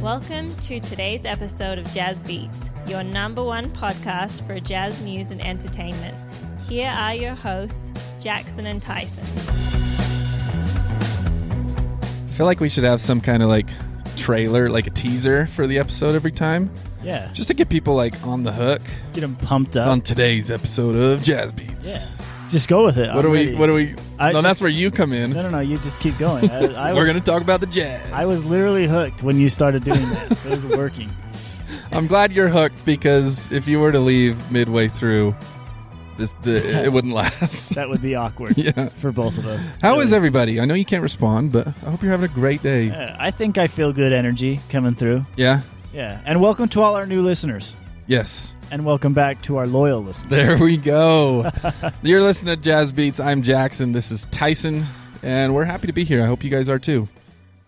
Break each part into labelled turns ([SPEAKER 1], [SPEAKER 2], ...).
[SPEAKER 1] welcome to today's episode of Jazz Beats, your number one podcast for jazz news and entertainment. Here are your hosts, Jackson and Tyson.
[SPEAKER 2] I feel like we should have some kind of like trailer, like a teaser for the episode every time,
[SPEAKER 3] Yeah. Just
[SPEAKER 2] just to get people like on the hook
[SPEAKER 3] get them pumped up.
[SPEAKER 2] on today's episode of Jazz Beats.
[SPEAKER 3] Oh. yeah. Just go with it.
[SPEAKER 2] What
[SPEAKER 3] I'm
[SPEAKER 2] are we?
[SPEAKER 3] ready.
[SPEAKER 2] What are we?
[SPEAKER 3] I
[SPEAKER 2] no,
[SPEAKER 3] just-
[SPEAKER 2] that's where you come in.
[SPEAKER 3] No, no, no. You just keep going. I, I
[SPEAKER 2] We're
[SPEAKER 3] was,
[SPEAKER 2] gonna talk about the jazz.
[SPEAKER 3] I was literally hooked when you started doing that. So it was working.
[SPEAKER 2] I'm glad you're hooked because if you were to leave midway through, this the, it wouldn't last.
[SPEAKER 3] That would be awkward
[SPEAKER 2] yeah.
[SPEAKER 3] for both of us.
[SPEAKER 2] How is
[SPEAKER 3] Really.
[SPEAKER 2] everybody? I know you can't respond, but I hope you're having a great day.
[SPEAKER 3] Yeah, I think I feel good energy coming through.
[SPEAKER 2] Yeah.
[SPEAKER 3] Yeah. And welcome to all our new listeners.
[SPEAKER 2] Yes.
[SPEAKER 3] And welcome back to our loyal listeners.
[SPEAKER 2] There we go. You're listening to Jazz Beats. I'm Jackson. This is Tyson, and we're happy to be here. I hope you guys are too.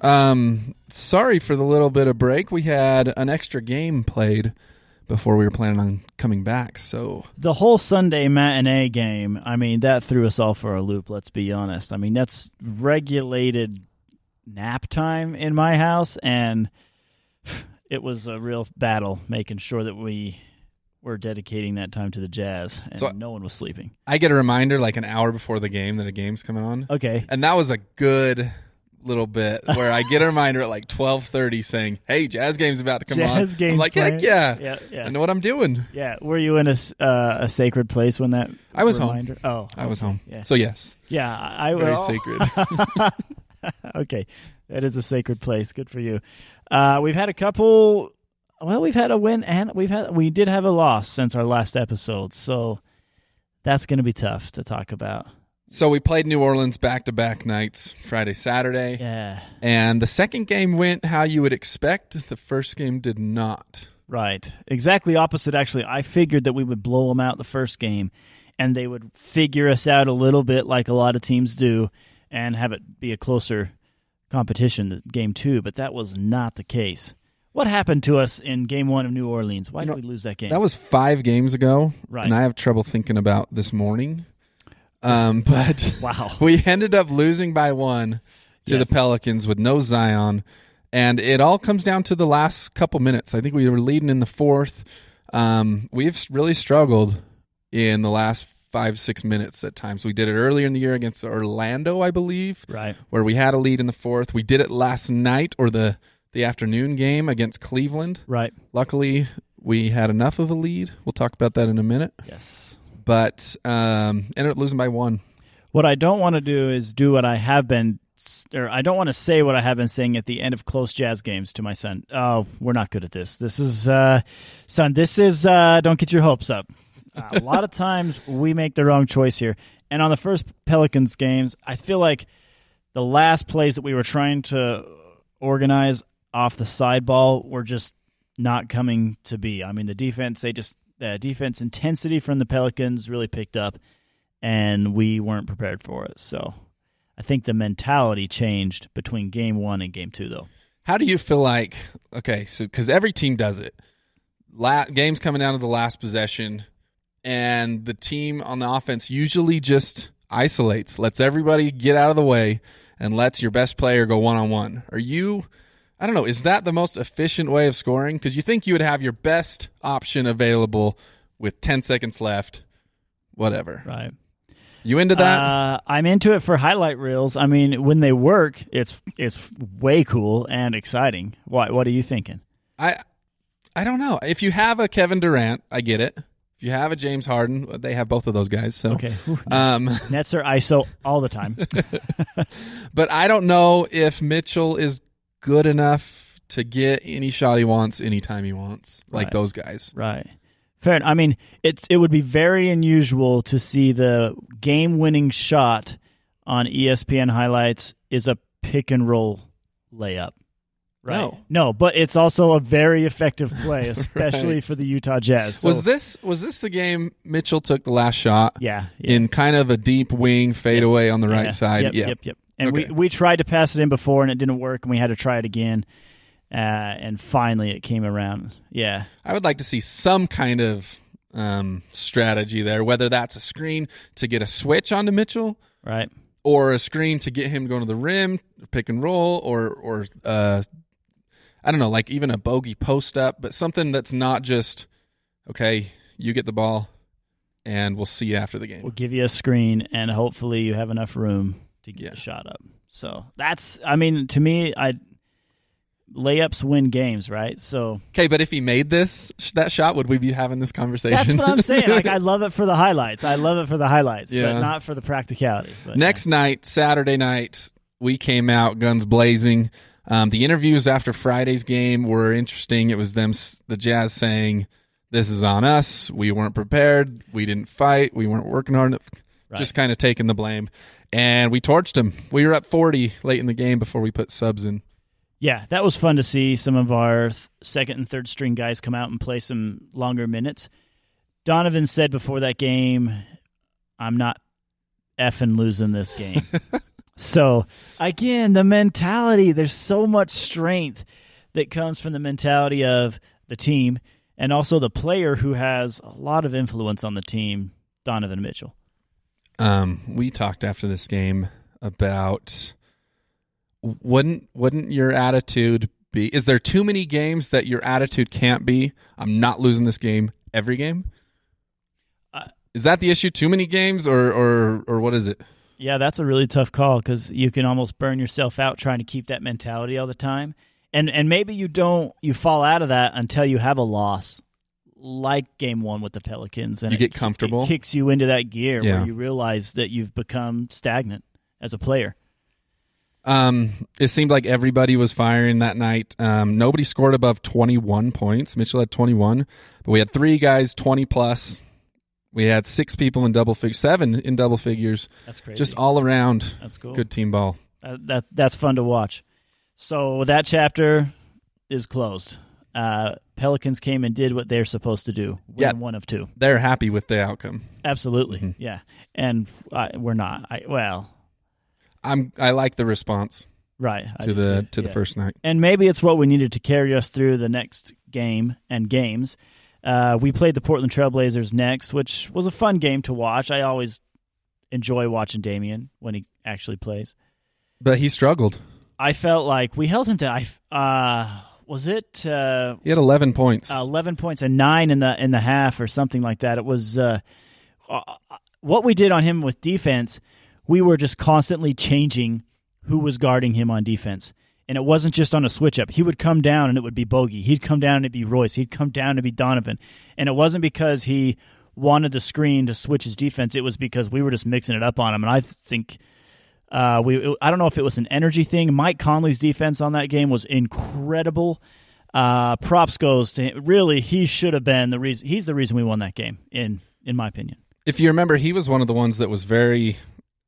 [SPEAKER 2] Um, sorry for the little bit of break. We had an extra game played before we were planning on coming back. So
[SPEAKER 3] The whole Sunday matinee game, I mean, that threw us all for a loop, let's be honest. I mean, that's regulated nap time in my house, and it was a real battle making sure that we were dedicating that time to the jazz, and
[SPEAKER 2] So-
[SPEAKER 3] no one was sleeping.
[SPEAKER 2] I get a reminder like an hour before the game that a game's coming on,
[SPEAKER 3] Okay.
[SPEAKER 2] and that was a good little bit where I get a reminder at like 12:30 saying, "Hey, jazz game's about to come on."
[SPEAKER 3] jazz
[SPEAKER 2] I'm
[SPEAKER 3] game.
[SPEAKER 2] like, heck yeah.
[SPEAKER 3] Yeah, yeah.
[SPEAKER 2] I know what I'm doing.
[SPEAKER 3] Yeah. Were you in a, s- uh, a sacred place when that
[SPEAKER 2] I was home.
[SPEAKER 3] reminder? home. Oh,
[SPEAKER 2] I was
[SPEAKER 3] okay.
[SPEAKER 2] home.
[SPEAKER 3] Yeah.
[SPEAKER 2] So yes,
[SPEAKER 3] Yeah, I I
[SPEAKER 2] very
[SPEAKER 3] will.
[SPEAKER 2] sacred.
[SPEAKER 3] okay, that is a sacred place. Good for you. Uh, we've had a couple. Well, we've had a win and we've had we did have a loss since our last episode, so that's going to be tough to talk about.
[SPEAKER 2] So we played New Orleans back to back nights, Friday, Saturday.
[SPEAKER 3] Yeah,
[SPEAKER 2] And the second game went how you would expect. The first game did not.
[SPEAKER 3] right. Exactly opposite. Actually, I figured that we would blow them out the first game, and they would figure us out a little bit, like a lot of teams do, and have it be a closer competition to game two. But that was not the case. What happened to us in game one of New Orleans? Why
[SPEAKER 2] You
[SPEAKER 3] did
[SPEAKER 2] know,
[SPEAKER 3] we lose that game?
[SPEAKER 2] That was five games ago.
[SPEAKER 3] Right.
[SPEAKER 2] And I have trouble thinking about this morning. Um, but
[SPEAKER 3] Wow.
[SPEAKER 2] we ended up losing by one to
[SPEAKER 3] Yes.
[SPEAKER 2] the Pelicans with no Zion. And it all comes down to the last couple minutes. I think we were leading in the fourth. Um, we've really struggled in the last five, six minutes at times. We did it earlier in the year against Orlando, I believe.
[SPEAKER 3] Right.
[SPEAKER 2] where we had a lead in the fourth. We did it last night or the the afternoon game against Cleveland.
[SPEAKER 3] Right.
[SPEAKER 2] Luckily, we had enough of a lead. We'll talk about that in a minute.
[SPEAKER 3] Yes.
[SPEAKER 2] But um, ended up losing by one.
[SPEAKER 3] What I don't want to do is do what I have been, or I don't want to say what I have been saying at the end of close jazz games to my son. Oh, we're not good at this. This is, uh, son, this is, uh, don't get your hopes up. a lot of times we make the wrong choice here. And on the first Pelicans games, I feel like the last plays that we were trying to organize off the side ball were just not coming to be. I mean, the defense, they just, the defense intensity from the Pelicans really picked up, and we weren't prepared for it. So I think the mentality changed between game one and game two, though.
[SPEAKER 2] How do you feel like? Okay, so because every team does it. La- games coming down to the last possession, and the team on the offense usually just isolates, lets everybody get out of the way, and lets your best player go one on one. Are you? I don't know. Is that the most efficient way of scoring? Because you think you would have your best option available with ten seconds left. Whatever.
[SPEAKER 3] Right.
[SPEAKER 2] You into that?
[SPEAKER 3] Uh, I'm into it for highlight reels. I mean, when they work, it's it's way cool and exciting. What What are you thinking?
[SPEAKER 2] I I don't know. If you have a Kevin Durant, I get it. If you have a James Harden, they have both of those guys. So
[SPEAKER 3] Okay. Ooh,
[SPEAKER 2] Um,
[SPEAKER 3] Nets are ISO all the time.
[SPEAKER 2] but I don't know if Mitchell is good enough to get any shot he wants anytime he wants, like
[SPEAKER 3] Right.
[SPEAKER 2] those guys.
[SPEAKER 3] Right. Fair. en- I mean, it it would be very unusual to see the game-winning shot on E ESPN highlights is a pick and roll layup. Right.
[SPEAKER 2] No.
[SPEAKER 3] No, but it's also a very effective play, especially
[SPEAKER 2] Right.
[SPEAKER 3] for the Utah Jazz. So,
[SPEAKER 2] was this was this the game Mitchell took the last shot
[SPEAKER 3] yeah, yeah.
[SPEAKER 2] in kind of a deep wing fadeaway on the right
[SPEAKER 3] Yeah.
[SPEAKER 2] side?
[SPEAKER 3] Yep,
[SPEAKER 2] yeah.
[SPEAKER 3] yep, yep. And
[SPEAKER 2] Okay.
[SPEAKER 3] we, we tried to pass it in before and it didn't work and we had to try it again. Uh, and finally it came around. Yeah.
[SPEAKER 2] I would like to see some kind of um, strategy there, whether that's a screen to get a switch onto Mitchell
[SPEAKER 3] Right.
[SPEAKER 2] or a screen to get him going to the rim, pick and roll, or or uh, I don't know, like even a bogey post up, but something that's not just okay. You get the ball, and we'll see you after the game.
[SPEAKER 3] We'll give you a screen, and hopefully you have enough room to get
[SPEAKER 2] Yeah.
[SPEAKER 3] the shot up. So that's, I mean, to me, I layups win games, right? So
[SPEAKER 2] Okay, but if he made this that shot, would we be having this conversation?
[SPEAKER 3] that's what I'm saying. Like, I love it for the highlights. I love it for the highlights, but
[SPEAKER 2] Yeah.
[SPEAKER 3] not for the practicality. But,
[SPEAKER 2] Next night, Saturday night, we came out guns blazing. Um, the interviews after Friday's game were interesting. It was them, s- the Jazz, saying, "This is on us. We weren't prepared. We didn't fight. We weren't working hard enough."
[SPEAKER 3] Right.
[SPEAKER 2] Just kind of taking the blame, and we torched them. We were up forty late in the game before we put subs in.
[SPEAKER 3] Yeah, that was fun to see some of our th- second and third string guys come out and play some longer minutes. Donovan said before that game, I'm not effing losing this game. so, again, the mentality, there's so much strength that comes from the mentality of the team and also the player who has a lot of influence on the team, Donovan Mitchell.
[SPEAKER 2] Um, we talked after this game about wouldn't wouldn't your attitude be is there too many games that your attitude can't be I'm not losing this game every game?
[SPEAKER 3] Uh,
[SPEAKER 2] is that the issue? Too many games or or or what is it?
[SPEAKER 3] Yeah, that's a really tough call because you can almost burn yourself out trying to keep that mentality all the time, and and maybe you don't you fall out of that until you have a loss, like Game One with the Pelicans, and
[SPEAKER 2] You
[SPEAKER 3] it
[SPEAKER 2] get
[SPEAKER 3] ki-
[SPEAKER 2] comfortable.
[SPEAKER 3] it kicks you into that gear
[SPEAKER 2] Yeah.
[SPEAKER 3] where you realize that you've become stagnant as a player.
[SPEAKER 2] Um, it seemed like everybody was firing that night. Um, nobody scored above 21 points. Mitchell had 21, but we had three guys 20 plus. We had six people in double figures, seven in double figures.
[SPEAKER 3] That's crazy.
[SPEAKER 2] Just all around
[SPEAKER 3] that's cool.
[SPEAKER 2] good team ball.
[SPEAKER 3] Uh, that that's fun to watch. So that chapter is closed. Uh, Pelicans came and did what they're supposed to do. Win
[SPEAKER 2] Yeah.
[SPEAKER 3] one of two.
[SPEAKER 2] they're happy with the outcome.
[SPEAKER 3] Absolutely,
[SPEAKER 2] Mm-hmm.
[SPEAKER 3] yeah. And I, we're not. I, well,
[SPEAKER 2] I'm I like the response
[SPEAKER 3] Right. I
[SPEAKER 2] to
[SPEAKER 3] do
[SPEAKER 2] the
[SPEAKER 3] too,
[SPEAKER 2] to the
[SPEAKER 3] yeah.
[SPEAKER 2] first night.
[SPEAKER 3] And maybe it's what we needed to carry us through the next game and games. Uh, we played the Portland Trailblazers next, which was a fun game to watch. I always enjoy watching Damian when he actually plays.
[SPEAKER 2] But he struggled.
[SPEAKER 3] I felt like we held him to. I uh, was it uh,
[SPEAKER 2] He had 11 points.
[SPEAKER 3] eleven points and nine in the in the half or something like that. It was uh, uh, what we did on him with defense. We were just constantly changing who was guarding him on defense, and it wasn't just on a switch up. He would come down and it would be Bogey. He'd come down and it'd be Royce. He'd come down and it'd be Donovan, and it wasn't because he wanted the screen to switch his defense. It was because we were just mixing it up on him, and I think. Uh, we I don't know if it was an energy thing. Mike Conley's defense on that game was incredible. Uh, props goes to him. Really, he should have been the reason. He's the reason we won that game, in in my opinion.
[SPEAKER 2] if you remember, he was one of the ones that was very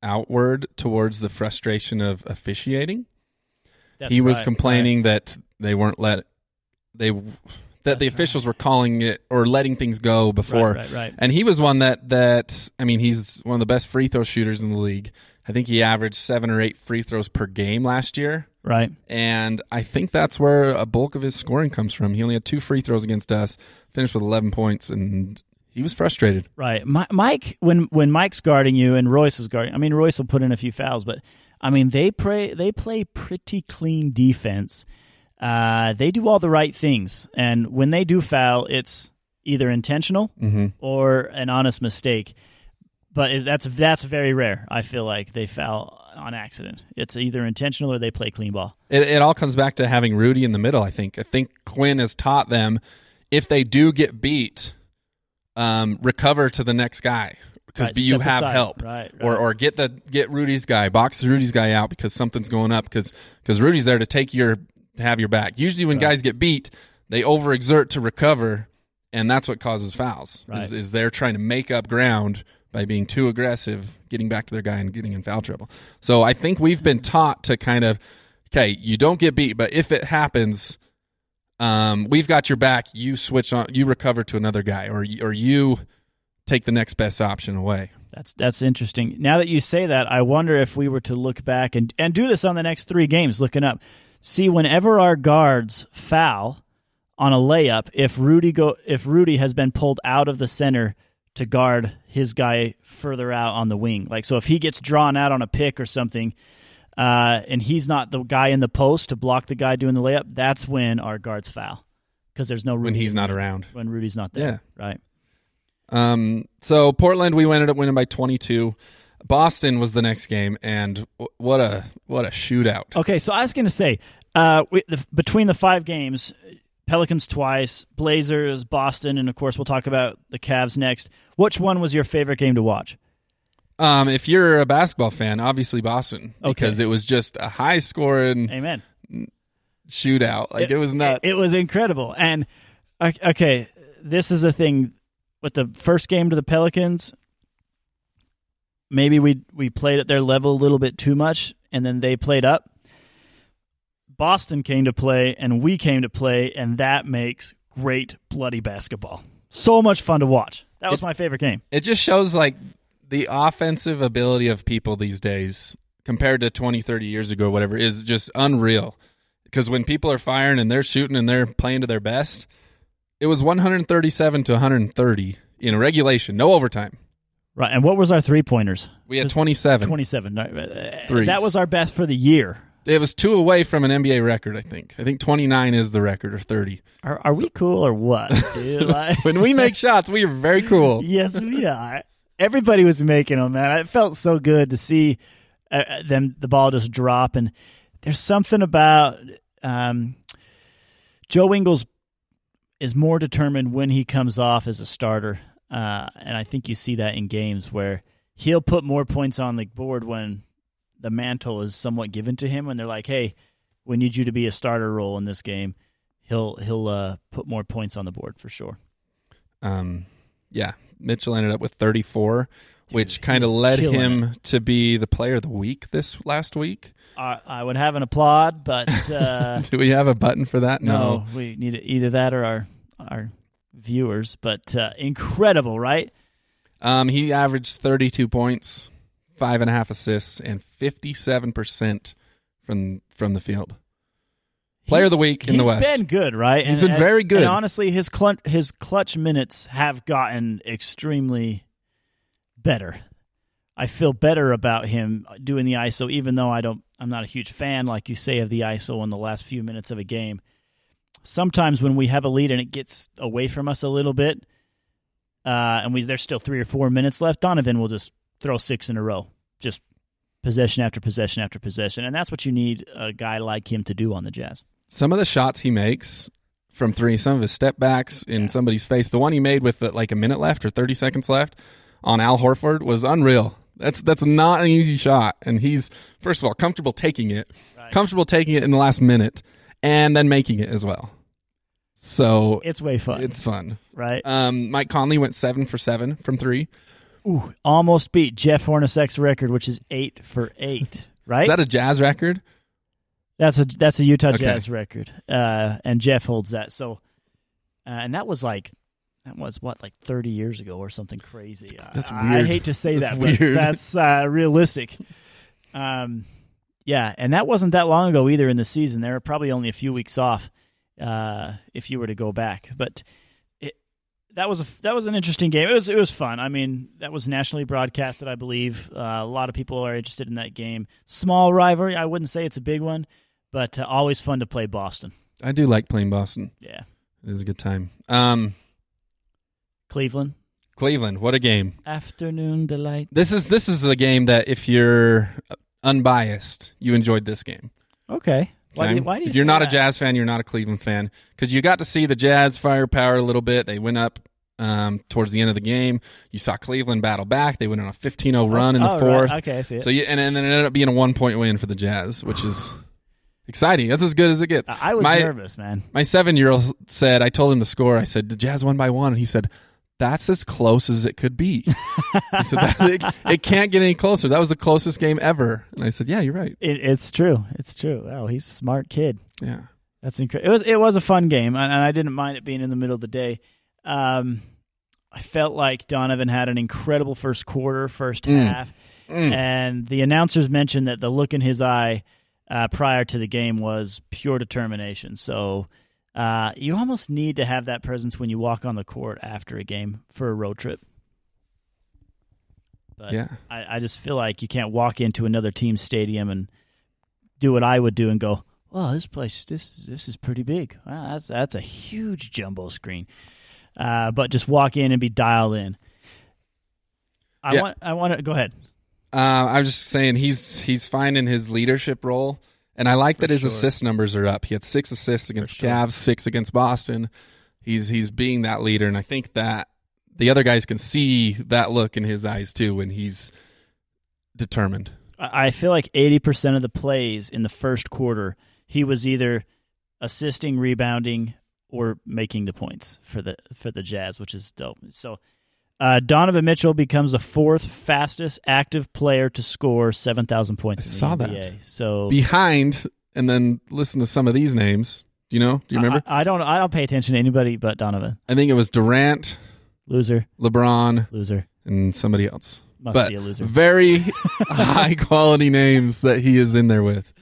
[SPEAKER 2] outward towards the frustration of officiating.
[SPEAKER 3] That's
[SPEAKER 2] he was
[SPEAKER 3] right,
[SPEAKER 2] complaining that they weren't let they that the
[SPEAKER 3] That's
[SPEAKER 2] officials were calling it or letting things go
[SPEAKER 3] right,
[SPEAKER 2] before.
[SPEAKER 3] right, right, right.
[SPEAKER 2] And he was one that that I mean, he's one of the best free throw shooters in the league. I think he averaged 7 or 8 free throws per game last year.
[SPEAKER 3] right.
[SPEAKER 2] And I think that's where a bulk of his scoring comes from. He only had two free throws against us, finished with 11 points, and he was frustrated.
[SPEAKER 3] Right. Mi- Mike, when when Mike's guarding you and Royce is guarding, I mean Royce will put in a few fouls, but I mean they play they play pretty clean defense. Uh, they do all the right things, and when they do foul, it's either intentional or an honest mistake. But it- that's that's very rare. I feel like they foul on accident. It's either intentional or they play clean ball.
[SPEAKER 2] It, it all comes back to having Rudy in the middle, I think. I think Quinn has taught them if they do get beat, um, recover to the next guy because
[SPEAKER 3] Right,
[SPEAKER 2] you
[SPEAKER 3] step
[SPEAKER 2] have
[SPEAKER 3] aside.
[SPEAKER 2] help.
[SPEAKER 3] Right,
[SPEAKER 2] Or,
[SPEAKER 3] right.
[SPEAKER 2] or get the get Rudy's guy, box Rudy's guy out because something's going up because Rudy's there to take your to have your back. Usually when guys get beat, they overexert to recover, and that's what causes fouls.
[SPEAKER 3] Right.
[SPEAKER 2] Is, is they're trying to make up ground by being too aggressive, getting back to their guy and getting in foul trouble. So I think we've been taught to kind of okay, you don't get beat, but if it happens, um, we've got your back. You switch on, you recover to another guy, or y- or you take the next best option away.
[SPEAKER 3] That's that's interesting. Now that you say that, I wonder if we were to look back and and do this on the next three games, looking up, see whenever our guards foul on a layup, if Rudy go if Rudy has been pulled out of the center to guard his guy further out on the wing, like so, if he gets drawn out on a pick or something, uh, and he's not the guy in the post to block the guy doing the layup, that's when our guards foul because there's no Rudy
[SPEAKER 2] when he's not around.
[SPEAKER 3] when Rudy's not there. Right.
[SPEAKER 2] Um, so Portland, we ended up winning by 22. Boston was the next game, and w- what a what a shootout!
[SPEAKER 3] Okay. So I was gonna say, uh, we, the, between the five games, Pelicans twice, Blazers, Boston, and of course we'll talk about the Cavs next. Which one was your favorite game to watch?
[SPEAKER 2] Um, if you're a basketball fan, obviously Boston, because
[SPEAKER 3] Okay.
[SPEAKER 2] it was just a high scoring
[SPEAKER 3] Amen.
[SPEAKER 2] shootout. Like it, was nuts.
[SPEAKER 3] It was incredible. And o- okay, this is a thing with the first game to the Pelicans. Maybe we we played at their level a little bit too much, and then they played up. Boston came to play, and we came to play, and that makes great bloody basketball. So much fun to watch. That was
[SPEAKER 2] It-
[SPEAKER 3] my favorite game.
[SPEAKER 2] it just shows like the offensive ability of people these days compared to 20 30 years ago whatever is just unreal because when people are firing and they're shooting and they're playing to their best it was 137 to 130 in regulation no overtime
[SPEAKER 3] Right. And what was our three pointers?
[SPEAKER 2] we had 27
[SPEAKER 3] Twenty-seven. right, uh,
[SPEAKER 2] Threes.
[SPEAKER 3] That was our best for the year.
[SPEAKER 2] it was two away from an nba record i think i think 29 is the record or 30
[SPEAKER 3] Are, are we cool or what? Dude? Like-
[SPEAKER 2] when we make shots we are very cool
[SPEAKER 3] yes, we are. Everybody was making them, man. It felt so good to see uh, uh, them the ball just drop. And there's something about um, Joe Ingles is more determined when he comes off as a starter, uh, and I think you see that in games where he'll put more points on the board when the mantle is somewhat given to him. When they're like, "Hey, we need you to be a starter role in this game," he'll he'll uh, put more points on the board for sure.
[SPEAKER 2] um, yeah, Mitchell ended up with 34, which
[SPEAKER 3] he
[SPEAKER 2] kind of
[SPEAKER 3] was
[SPEAKER 2] led
[SPEAKER 3] killing
[SPEAKER 2] him to be the player of the week this last week.
[SPEAKER 3] I, I would have an applaud, but uh,
[SPEAKER 2] Do we have a button for that?
[SPEAKER 3] no, we need either that or our our viewers. But uh, incredible, right?
[SPEAKER 2] Um, he averaged 32 points, five and a half assists, and 57% from from the field. Player of the week in the
[SPEAKER 3] He's
[SPEAKER 2] West.
[SPEAKER 3] been good, right?
[SPEAKER 2] He's been very good.
[SPEAKER 3] And honestly, his clutch, his clutch minutes have gotten extremely better. I feel better about him doing the ISO, even though I don't. I'm not a huge fan, like you say, of the ISO in the last few minutes of a game. Sometimes when we have a lead and it gets away from us a little bit, uh, and we there's still three or four minutes left, Donovan will just throw six in a row, just possession after possession after possession, and that's what you need a guy like him to do on the Jazz.
[SPEAKER 2] some of the shots he makes from three, some of his step backs in somebody's face. The one he made with uh, like a minute left or thirty seconds left on Al Horford was unreal. That's that's not an easy shot, and he's first of all comfortable taking it, comfortable taking it in the last minute, and then making it as well. So
[SPEAKER 3] It's way fun,
[SPEAKER 2] it's fun.
[SPEAKER 3] right?
[SPEAKER 2] Um, Mike Conley went seven for seven from three.
[SPEAKER 3] Ooh, almost beat Jeff Hornacek's record, which is eight for eight. Right?
[SPEAKER 2] Is that a jazz record?
[SPEAKER 3] that's a that's a Utah
[SPEAKER 2] Okay.
[SPEAKER 3] Jazz record, uh, and Jeff holds that. So, uh, and that was like that was what like thirty years ago or something crazy.
[SPEAKER 2] that's
[SPEAKER 3] I, I
[SPEAKER 2] weird.
[SPEAKER 3] hate to say
[SPEAKER 2] That's
[SPEAKER 3] that, but
[SPEAKER 2] weird.
[SPEAKER 3] that's uh, realistic. Um, yeah, and that wasn't that long ago either in the season. They were probably only a few weeks off, uh, if you were to go back. But it, that was a that was an interesting game. It was it was fun. I mean, that was nationally broadcasted, I believe. Uh, a lot of people are interested in that game. Small rivalry. I wouldn't say it's a big one, but uh, always fun to play Boston.
[SPEAKER 2] I do like playing Boston.
[SPEAKER 3] Yeah,
[SPEAKER 2] It is a good time. Um,
[SPEAKER 3] Cleveland
[SPEAKER 2] Cleveland, what a game!
[SPEAKER 3] afternoon delight.
[SPEAKER 2] This is this is a game that if you're unbiased, you enjoyed this game.
[SPEAKER 3] Okay. Why do
[SPEAKER 2] okay?
[SPEAKER 3] you, why do you
[SPEAKER 2] if you're
[SPEAKER 3] say
[SPEAKER 2] not a
[SPEAKER 3] that?
[SPEAKER 2] Jazz fan, you're not a Cleveland fan because you got to see the Jazz firepower a little bit. They went up um, towards the end of the game. You saw Cleveland battle back. They went on a 15-0 run in the
[SPEAKER 3] Oh, right.
[SPEAKER 2] fourth.
[SPEAKER 3] Okay, I see it.
[SPEAKER 2] So you, and, and then it ended up being a one point win for the Jazz, which is exciting. That's as good as it gets.
[SPEAKER 3] I I was
[SPEAKER 2] my,
[SPEAKER 3] nervous, man.
[SPEAKER 2] My seven year old said, I told him the score. I said, the Jazz won by one. And he said, that's as close as it could be. he said, that, it, it can't get any closer. That was the closest game ever. And I said, yeah, you're right.
[SPEAKER 3] It, it's true. It's true. Oh, he's a smart kid.
[SPEAKER 2] Yeah.
[SPEAKER 3] That's incredible. It was it was a fun game, and, and I didn't mind it being in the middle of the day. Um, I felt like Donovan had an incredible first quarter, first half,
[SPEAKER 2] Mm.
[SPEAKER 3] and the announcers mentioned that the look in his eye uh, prior to the game was pure determination. So uh, you almost need to have that presence when you walk on the court after a game for a road trip. But
[SPEAKER 2] Yeah.
[SPEAKER 3] I, I just feel like you can't walk into another team's stadium and do what I would do and go, "Well, this place, this this is pretty big. Wow, that's that's a huge jumbo screen." Uh, but just walk in and be dialed in. I
[SPEAKER 2] Yeah.
[SPEAKER 3] want. I want to go ahead.
[SPEAKER 2] Uh, I'm just saying he's he's fine in his leadership role, and I like that his
[SPEAKER 3] sure.
[SPEAKER 2] assist numbers are up. He had six assists against
[SPEAKER 3] sure.
[SPEAKER 2] Cavs, six against Boston. He's he's being that leader, and I think that the other guys can see that look in his eyes too when he's determined.
[SPEAKER 3] I I feel like 80% of the plays in the first quarter, he was either assisting, rebounding, or making the points for the for the Jazz, which is dope. So uh, Donovan Mitchell becomes the fourth fastest active player to score 7,000
[SPEAKER 2] I
[SPEAKER 3] points. in the
[SPEAKER 2] saw that.
[SPEAKER 3] NBA. So
[SPEAKER 2] Behind, and then listen to some of these names. Do you know? Do
[SPEAKER 3] Uh,
[SPEAKER 2] you remember?
[SPEAKER 3] I, I don't I don't pay attention to anybody but Donovan.
[SPEAKER 2] I think it was Durant,
[SPEAKER 3] Loser,
[SPEAKER 2] LeBron,
[SPEAKER 3] loser,
[SPEAKER 2] and somebody else.
[SPEAKER 3] must
[SPEAKER 2] but
[SPEAKER 3] be a loser.
[SPEAKER 2] very high quality names that he is in there with.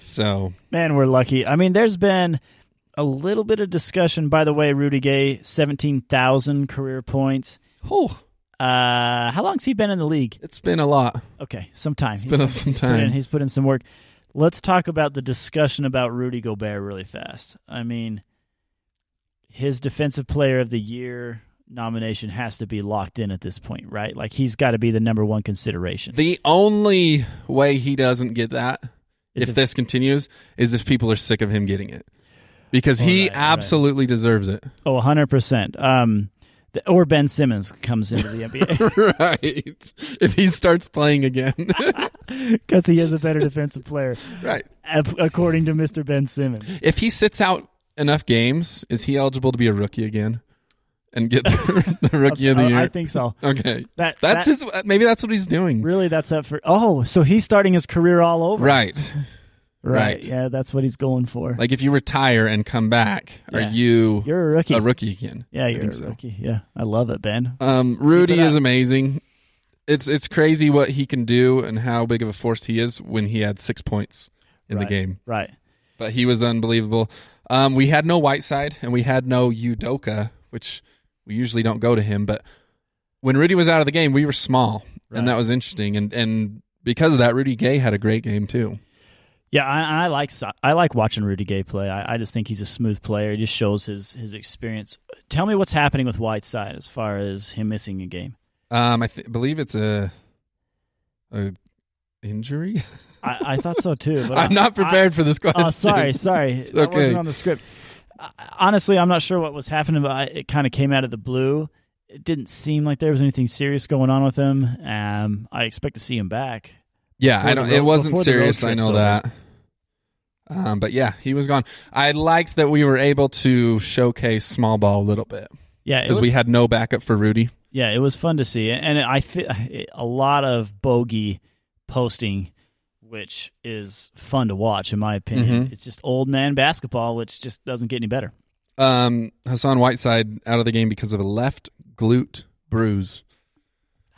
[SPEAKER 2] So
[SPEAKER 3] Man, we're lucky. I mean, there's been a little bit of discussion. By the way, Rudy Gay, 17,000 career points.
[SPEAKER 2] oh,
[SPEAKER 3] Uh, how long's he been in the league?
[SPEAKER 2] it's been a lot.
[SPEAKER 3] Okay, some time. He's,
[SPEAKER 2] It's been a, some
[SPEAKER 3] put in,
[SPEAKER 2] time.
[SPEAKER 3] he's put in some work. Let's talk about the discussion about Rudy Gobert really fast. I mean, his Defensive Player of the Year nomination has to be locked in at this point, right? Like he's got to be the number one consideration.
[SPEAKER 2] The only way he doesn't get that,
[SPEAKER 3] Is
[SPEAKER 2] if
[SPEAKER 3] if-
[SPEAKER 2] this continues, is if people are sick of him getting it. Because
[SPEAKER 3] All
[SPEAKER 2] he
[SPEAKER 3] right, all right.
[SPEAKER 2] absolutely deserves it.
[SPEAKER 3] oh, 100 percent. Um, the, or Ben Simmons comes into the NBA
[SPEAKER 2] right. If he starts playing again.
[SPEAKER 3] because he is a better defensive player,
[SPEAKER 2] right.
[SPEAKER 3] ap- according to Mister Ben Simmons.
[SPEAKER 2] If he sits out enough games, is he eligible to be a rookie again and get the, the rookie of the
[SPEAKER 3] Oh, I-
[SPEAKER 2] year?
[SPEAKER 3] I think so.
[SPEAKER 2] okay.
[SPEAKER 3] That
[SPEAKER 2] That's
[SPEAKER 3] that-
[SPEAKER 2] his maybe that's what he's doing.
[SPEAKER 3] Really, that's up for. Oh, so he's starting his career all over.
[SPEAKER 2] Right.
[SPEAKER 3] Right.
[SPEAKER 2] Right.
[SPEAKER 3] Yeah, that's what he's going for.
[SPEAKER 2] Like if you retire and come back,
[SPEAKER 3] Yeah.
[SPEAKER 2] are you
[SPEAKER 3] you're a rookie.
[SPEAKER 2] a rookie again?
[SPEAKER 3] yeah,
[SPEAKER 2] I
[SPEAKER 3] you're
[SPEAKER 2] think
[SPEAKER 3] a
[SPEAKER 2] so.
[SPEAKER 3] rookie. Yeah, I love it, Ben.
[SPEAKER 2] Um, Rudy
[SPEAKER 3] Keep it
[SPEAKER 2] is
[SPEAKER 3] up.
[SPEAKER 2] amazing. It's it's crazy what he can do and how big of a force he is when he had six points in
[SPEAKER 3] Right.
[SPEAKER 2] the game.
[SPEAKER 3] Right.
[SPEAKER 2] But he was unbelievable. Um, we had no Whiteside and we had no Udoka, which we usually don't go to him. But when Rudy was out of the game, we were small,
[SPEAKER 3] Right.
[SPEAKER 2] and that was interesting. And and because of that, Rudy Gay had a great game too.
[SPEAKER 3] Yeah, I, I like si- I like watching Rudy Gay play. I, I just think he's a smooth player. He just shows his his experience. Tell me what's happening with Whiteside as far as him missing a game.
[SPEAKER 2] Um, I th- believe it's a a injury.
[SPEAKER 3] I, I thought so too. But
[SPEAKER 2] I'm
[SPEAKER 3] I-
[SPEAKER 2] not
[SPEAKER 3] I-
[SPEAKER 2] prepared for this question.
[SPEAKER 3] oh, sorry, sorry.
[SPEAKER 2] It's
[SPEAKER 3] That
[SPEAKER 2] okay.
[SPEAKER 3] wasn't on the script. I- Honestly, I'm not sure what was happening, but I, it kind of came out of the blue. It didn't seem like there was anything serious going on with him. Um, I expect to see him back.
[SPEAKER 2] Yeah,
[SPEAKER 3] Before
[SPEAKER 2] I
[SPEAKER 3] the
[SPEAKER 2] don't.
[SPEAKER 3] road-
[SPEAKER 2] it wasn't
[SPEAKER 3] before the road
[SPEAKER 2] serious. I
[SPEAKER 3] trip's
[SPEAKER 2] know
[SPEAKER 3] over.
[SPEAKER 2] that. Um, but yeah, he was gone. I liked that we were able to showcase small ball a little bit
[SPEAKER 3] Yeah, it
[SPEAKER 2] because
[SPEAKER 3] was-
[SPEAKER 2] we had no backup for Rudy.
[SPEAKER 3] Yeah, it was fun to see, and I fi- a lot of bogey posting, which is fun to watch, in my opinion.
[SPEAKER 2] Mhm.
[SPEAKER 3] It's just old man basketball, which just doesn't get any better.
[SPEAKER 2] Um, Hassan Whiteside out of the game because of a left glute bruise.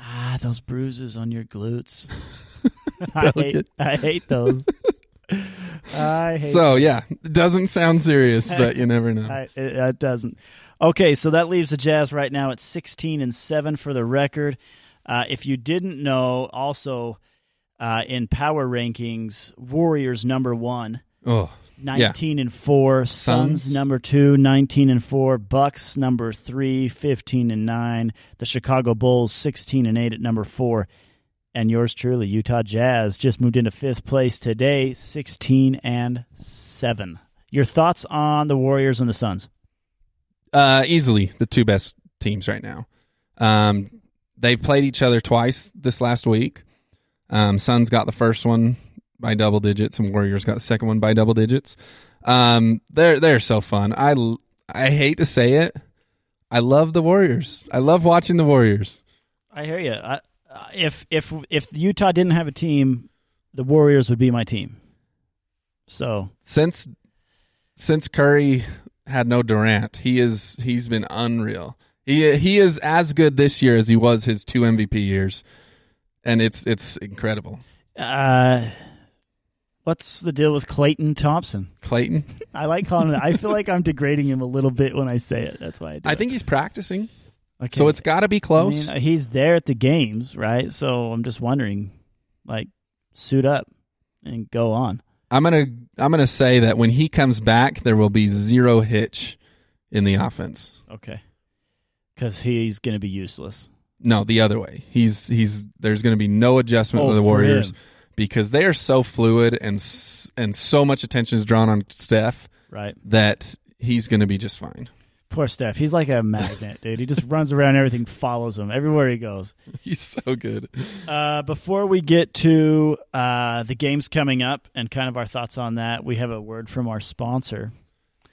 [SPEAKER 3] Ah, those bruises on your glutes. I hate,
[SPEAKER 2] Delicate.
[SPEAKER 3] I hate those. I hate.
[SPEAKER 2] So yeah, it doesn't sound serious, but you never know.
[SPEAKER 3] I, it, it doesn't. Okay, so that leaves the Jazz right now at sixteen and seven for the record. Uh, if you didn't know, also uh, in power rankings, Warriors number one.
[SPEAKER 2] oh,
[SPEAKER 3] 19 and 4 suns,
[SPEAKER 2] Suns.
[SPEAKER 3] number 2 19 and 4 bucks number 3 15 and 9 the chicago bulls 16 and 8 at number 4 and yours truly utah jazz just moved into fifth place today 16 and 7 your thoughts on the warriors and the suns
[SPEAKER 2] uh, easily the two best teams right now. Um, they've played each other twice this last week. Um, Suns got the first one by double digits, and Warriors got the second one by double digits. Um, they're they're so fun. I l- I hate to say it. I love the Warriors. I love watching the Warriors.
[SPEAKER 3] i hear you I, I- if if if utah didn't have a team the warriors would be my team so
[SPEAKER 2] Since since Curry had no Durant, he is he's been unreal. He he is as good this year as he was his two MVP years, and it's it's incredible.
[SPEAKER 3] uh what's the deal with clayton thompson
[SPEAKER 2] Clayton.
[SPEAKER 3] I like calling him that. I feel like I'm degrading him a little bit when I say it. That's why I do.
[SPEAKER 2] I
[SPEAKER 3] it.
[SPEAKER 2] think he's practicing,
[SPEAKER 3] Okay.
[SPEAKER 2] so it's got to be
[SPEAKER 3] I
[SPEAKER 2] close.
[SPEAKER 3] mean, he's there at the games, right? So I'm just wondering, like, suit up and go on.
[SPEAKER 2] I'm gonna I'm gonna say that when he comes back, there will be zero hitch in the offense.
[SPEAKER 3] Okay. Because he's going to be useless.
[SPEAKER 2] No, the other way. He's he's there's going to be no adjustment
[SPEAKER 3] Oh,
[SPEAKER 2] with the
[SPEAKER 3] for
[SPEAKER 2] Warriors
[SPEAKER 3] him.
[SPEAKER 2] because they are so fluid and s- and so much attention is drawn on Steph
[SPEAKER 3] Right.
[SPEAKER 2] that he's going to be just fine.
[SPEAKER 3] Poor Steph. He's like a magnet, dude. He just runs around. Everything follows him everywhere he goes.
[SPEAKER 2] He's so good.
[SPEAKER 3] Uh, before we get to uh, the games coming up and kind of our thoughts on that, we have a word from our sponsor.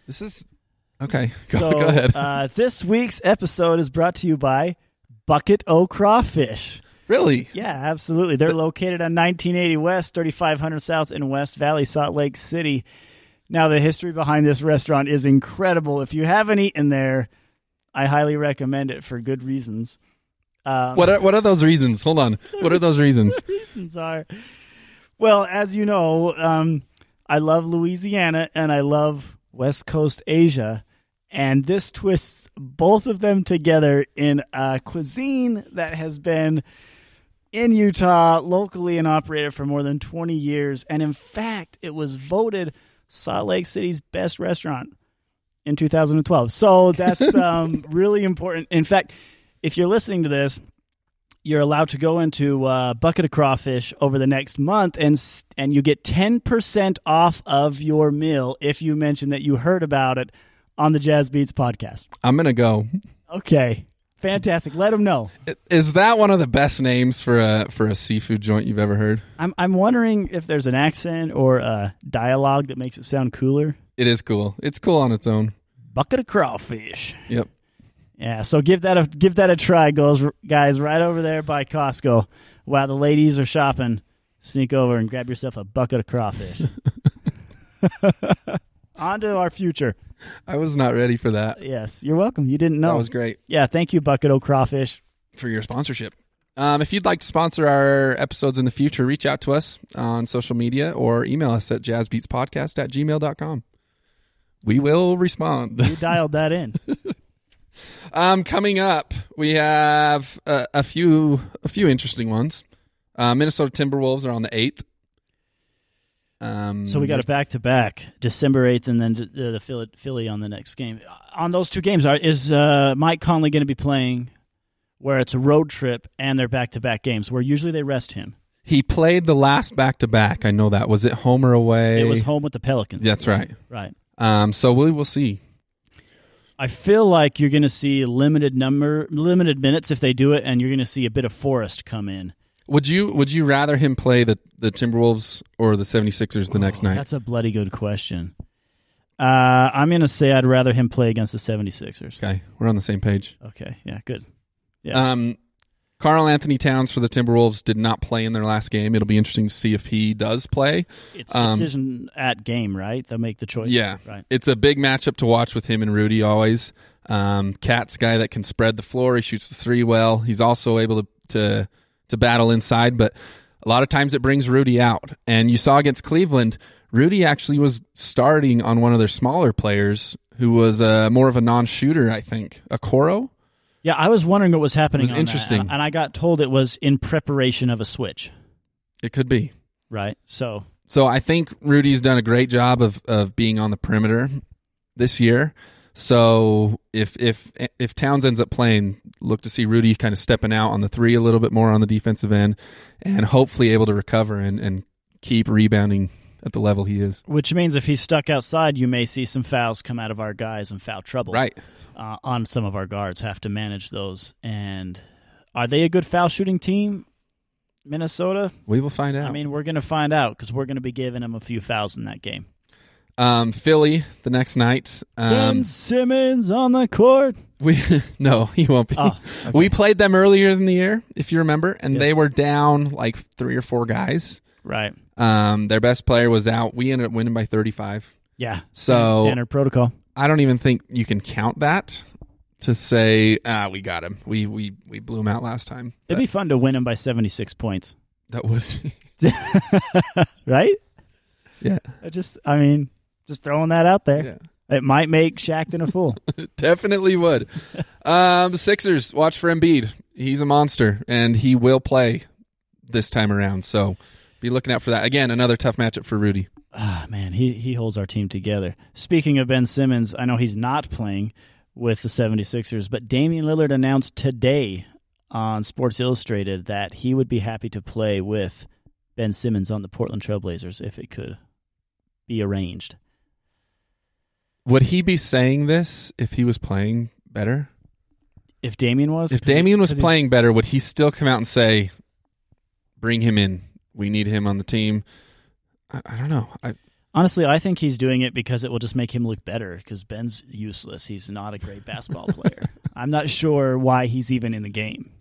[SPEAKER 2] This is okay. Go,
[SPEAKER 3] so
[SPEAKER 2] go ahead.
[SPEAKER 3] Uh, this week's episode is brought to you by Bucket O Crawfish.
[SPEAKER 2] really?
[SPEAKER 3] Yeah, absolutely. They're located on 1980 West, 3500 South in West Valley, Salt Lake City. Now, the history behind this restaurant is incredible. If you haven't eaten there, I highly recommend it for good reasons. Um,
[SPEAKER 2] What are, what are those reasons? Hold on. What are those reasons?
[SPEAKER 3] reasons are. Well, as you know, um, I love Louisiana and I love West Coast Asia. And this twists both of them together in a cuisine that has been in Utah, locally and operated for more than 20 years. And in fact, it was voted Salt Lake City's best restaurant in 2012. So that's um, really important. In fact, if you're listening to this, you're allowed to go into uh, Bucket of Crawfish over the next month, and s- and you get ten percent off of your meal if you mention that you heard about it on the Jazz Beats podcast.
[SPEAKER 2] I'm gonna go.
[SPEAKER 3] Okay, fantastic. Let them know.
[SPEAKER 2] Is that one of the best names for a for a seafood joint you've ever heard?
[SPEAKER 3] I'm I'm wondering if there's an accent or a dialogue that makes it sound cooler.
[SPEAKER 2] It is cool. It's cool on its own.
[SPEAKER 3] Bucket of Crawfish.
[SPEAKER 2] Yep.
[SPEAKER 3] Yeah, so give that a give that a try, goes guys. Right over there by Costco, while the ladies are shopping, sneak over and grab yourself a bucket of crawfish. On to our future.
[SPEAKER 2] I was not ready for that.
[SPEAKER 3] Yes, you're welcome. You didn't know.
[SPEAKER 2] That was great
[SPEAKER 3] yeah, thank you, bucket o crawfish.
[SPEAKER 2] for your sponsorship. Um, if you'd like to sponsor our episodes in the future, reach out to us on social media or email us at jazzbeatspodcast at gmail.com. We will respond.
[SPEAKER 3] You dialed that in.
[SPEAKER 2] Um, coming up, we have a, a few a few interesting ones. Uh, Minnesota Timberwolves are on the eighth. Um,
[SPEAKER 3] So we got a back to back, December eighth, and then uh, the, the Philly, Philly on the next game. Uh, On those two games, are is uh, Mike Conley going to be playing? Where it's a road trip and they're back to back games, where usually they rest him.
[SPEAKER 2] He played the last back to back. I know that was it. Home or away?
[SPEAKER 3] It was home with the Pelicans.
[SPEAKER 2] That's right.
[SPEAKER 3] Right.
[SPEAKER 2] Um, so we will see.
[SPEAKER 3] I feel like you're going to see limited number, limited minutes if they do it, and you're going to see a bit of Forrest come in.
[SPEAKER 2] Would you Would you rather him play the the Timberwolves or the 76ers the next night?
[SPEAKER 3] Oh, That's a bloody good question. Uh, I'm going to say I'd rather him play against the 76ers.
[SPEAKER 2] Okay, we're on the same page.
[SPEAKER 3] Okay, yeah, good. Yeah.
[SPEAKER 2] Um, Carl Anthony Towns for the Timberwolves did not play in their last game. It'll be interesting to see if he does play.
[SPEAKER 3] It's
[SPEAKER 2] um,
[SPEAKER 3] decision at game, right? They'll make the choice.
[SPEAKER 2] Yeah,
[SPEAKER 3] Right.
[SPEAKER 2] it's a big matchup to watch with him and Rudy always. Um, Cat's a guy that can spread the floor. He shoots the three well. He's also able to to to battle inside, but a lot of times it brings Rudy out. And you saw against Cleveland, Rudy actually was starting on one of their smaller players who was uh, more of a non-shooter. I think a Coro.
[SPEAKER 3] Yeah, I was wondering what was happening.
[SPEAKER 2] It was
[SPEAKER 3] on that,
[SPEAKER 2] interesting.
[SPEAKER 3] and- and I got told it was in preparation of a switch.
[SPEAKER 2] It could be.
[SPEAKER 3] Right. So
[SPEAKER 2] So I think Rudy's done a great job of, of being on the perimeter this year. So if if if Towns ends up playing, look to see Rudy kind of stepping out on the three a little bit more on the defensive end, and hopefully able to recover and, and keep rebounding at the level he is.
[SPEAKER 3] Which means if he's stuck outside, you may see some fouls come out of our guys and foul trouble.
[SPEAKER 2] Right.
[SPEAKER 3] Uh, on some of our guards, have to manage those. And are they a good foul shooting team, Minnesota?
[SPEAKER 2] We will find out.
[SPEAKER 3] I mean, we're going to find out because we're going to be giving them a few fouls in that game.
[SPEAKER 2] um, Philly the next night. Um,
[SPEAKER 3] ben Simmons on the court.
[SPEAKER 2] we no, he won't be.
[SPEAKER 3] Oh,
[SPEAKER 2] We played them earlier in the year, if you remember, and they
[SPEAKER 3] Yes.
[SPEAKER 2] were down like three or four guys.
[SPEAKER 3] Right.
[SPEAKER 2] Um, their best player was out. We ended up winning by 35.
[SPEAKER 3] Yeah.
[SPEAKER 2] So-
[SPEAKER 3] standard protocol.
[SPEAKER 2] I don't even think you can count that to say, ah, we got him. We we we blew him out last time.
[SPEAKER 3] It'd be fun to win them by seventy six points.
[SPEAKER 2] That would
[SPEAKER 3] Right.
[SPEAKER 2] Yeah.
[SPEAKER 3] I just, I mean, just throwing that out there.
[SPEAKER 2] yeah.
[SPEAKER 3] It might make Shackton a fool.
[SPEAKER 2] Definitely would. Um, Sixers, watch for Embiid. He's a monster and he will play this time around. So be looking out for that. Again, another tough matchup for Rudy.
[SPEAKER 3] ah, man, he, he holds our team together. Speaking of Ben Simmons, I know he's not playing with the 76ers, but Damian Lillard announced today on Sports Illustrated that he would be happy to play with Ben Simmons on the Portland Trailblazers if it could be arranged.
[SPEAKER 2] Would he be saying this if he was playing better?
[SPEAKER 3] If Damian was?
[SPEAKER 2] If
[SPEAKER 3] 'Cause he-
[SPEAKER 2] Damien was
[SPEAKER 3] 'cause he's-
[SPEAKER 2] playing better, would he still come out and say, "Bring him in. We need him on the team"? I, I don't know. I,
[SPEAKER 3] Honestly, I think he's doing it because it will just make him look better because Ben's useless. He's not a great basketball player. I'm not sure why he's even in the game.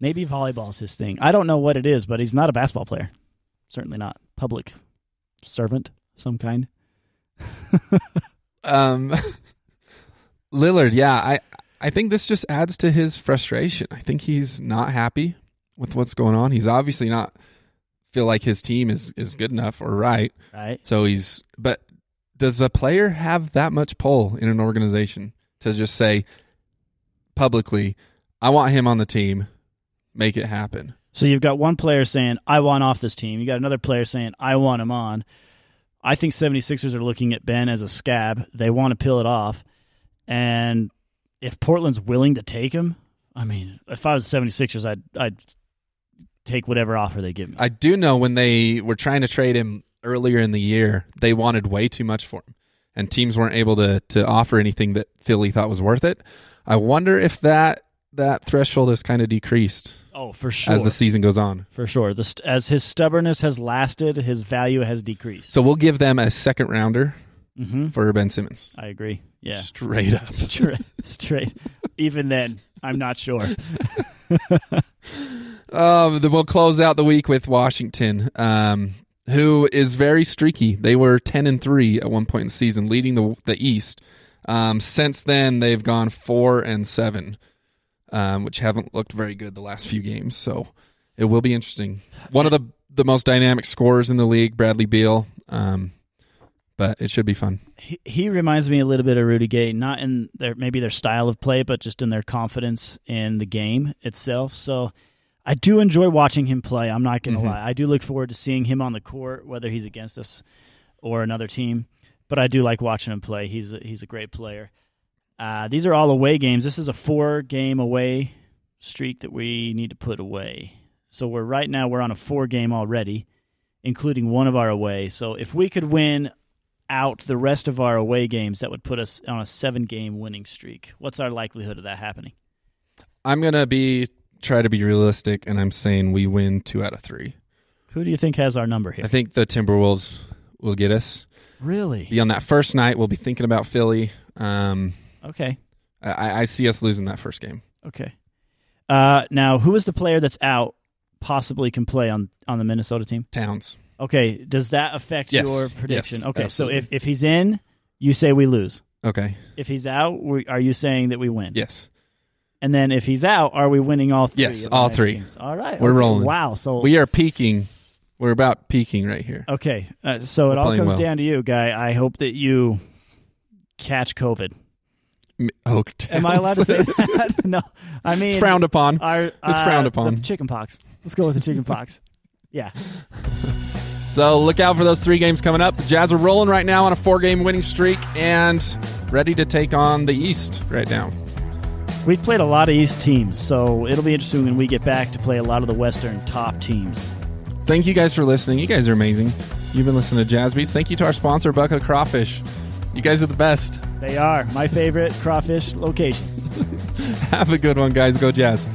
[SPEAKER 3] Maybe volleyball's his thing. I don't know what it is, but he's not a basketball player. Certainly not. Public servant of some kind.
[SPEAKER 2] um, Lillard, yeah, I I think this just adds to his frustration. I think he's not happy with what's going on. He's obviously not feel like his team is is good enough or right.
[SPEAKER 3] Right?
[SPEAKER 2] So he's but does a player have that much pull in an organization to just say publicly, I want him on the team, make it happen.
[SPEAKER 3] So you've got one player saying, I want off this team. You got another player saying, I want him on. I think 76ers are looking at Ben as a scab. They want to peel it off. And if Portland's willing to take him, I mean, if I was 76ers, I'd, I'd take whatever offer they give me.
[SPEAKER 2] I do know when they were trying to trade him earlier in the year, they wanted way too much for him, and teams weren't able to to offer anything that Philly thought was worth it. I wonder if that that threshold has kind of decreased
[SPEAKER 3] oh, for sure.
[SPEAKER 2] as the season goes on.
[SPEAKER 3] for sure. The st- as his stubbornness has lasted, his value has decreased.
[SPEAKER 2] So we'll give them a second rounder
[SPEAKER 3] hmm
[SPEAKER 2] for Ben Simmons.
[SPEAKER 3] I agree. Yeah.
[SPEAKER 2] Straight up.
[SPEAKER 3] Straight. Straight. Even then, I'm not sure.
[SPEAKER 2] Um, then we'll close out the week with Washington, um, who is very streaky. They were ten and three at one point in the season, leading the the East. Um, since then, they've gone four and seven, um, which haven't looked very good the last few games. So it will be interesting. One of the the most dynamic scorers in the league, Bradley Beal. Um, but it should be fun.
[SPEAKER 3] he, he reminds me a little bit of Rudy Gay, not in their maybe their style of play, but just in their confidence in the game itself. So I do enjoy watching him play. I'm not going to
[SPEAKER 2] Mhm.
[SPEAKER 3] lie. I do look forward to seeing him on the court, whether he's against us or another team. But I do like watching him play. He's a, he's a great player. Uh, these are all away games. This is a four game away streak that we need to put away. So we're right now we're on a four game already, including one of our away. So if we could win out the rest of our away games, that would put us on a seven game winning streak. What's our likelihood of that happening?
[SPEAKER 2] I'm gonna be try to be realistic, and I'm saying we win two out of three.
[SPEAKER 3] Who do you think has our number
[SPEAKER 2] I
[SPEAKER 3] here?
[SPEAKER 2] think the Timberwolves will get us.
[SPEAKER 3] Really?
[SPEAKER 2] be on that first night. We'll be thinking about Philly. Um,
[SPEAKER 3] Okay.
[SPEAKER 2] I, I see us losing that first game.
[SPEAKER 3] Okay. Uh, now, who is the player that's out possibly can play on, on the Minnesota team?
[SPEAKER 2] Towns.
[SPEAKER 3] Okay. Does that affect
[SPEAKER 2] Yes.
[SPEAKER 3] your prediction?
[SPEAKER 2] Yes,
[SPEAKER 3] okay.
[SPEAKER 2] absolutely.
[SPEAKER 3] So if, if he's in, you say we lose.
[SPEAKER 2] Okay.
[SPEAKER 3] If he's out, we, are you saying that we win?
[SPEAKER 2] Yes.
[SPEAKER 3] And then if he's out, are we winning all three?
[SPEAKER 2] Yes,
[SPEAKER 3] of the
[SPEAKER 2] all
[SPEAKER 3] next
[SPEAKER 2] three.
[SPEAKER 3] games? All right.
[SPEAKER 2] We're
[SPEAKER 3] okay.
[SPEAKER 2] rolling.
[SPEAKER 3] Wow. So
[SPEAKER 2] We are peaking. We're about peaking right here.
[SPEAKER 3] Okay, uh, so
[SPEAKER 2] We're
[SPEAKER 3] it all
[SPEAKER 2] playing
[SPEAKER 3] comes
[SPEAKER 2] well.
[SPEAKER 3] down to you, guy. I hope that you catch COVID.
[SPEAKER 2] M- Oh,
[SPEAKER 3] Am I allowed to say that? no, I mean
[SPEAKER 2] it's frowned upon.
[SPEAKER 3] Our, uh,
[SPEAKER 2] frowned upon.
[SPEAKER 3] The chicken pox. Let's go with the chicken pox. Yeah.
[SPEAKER 2] So look out for those three games coming up. The Jazz are rolling right now on a four-game winning streak and ready to take on the East right now.
[SPEAKER 3] We've played a lot of East teams, so it'll be interesting when we get back to play a lot of the Western top teams.
[SPEAKER 2] Thank you guys for listening. You guys are amazing. You've been listening to Jazz Beats. Thank you to our sponsor, Bucket of Crawfish. You guys are the best.
[SPEAKER 3] They are my favorite crawfish location.
[SPEAKER 2] Have a good one, guys. Go Jazz.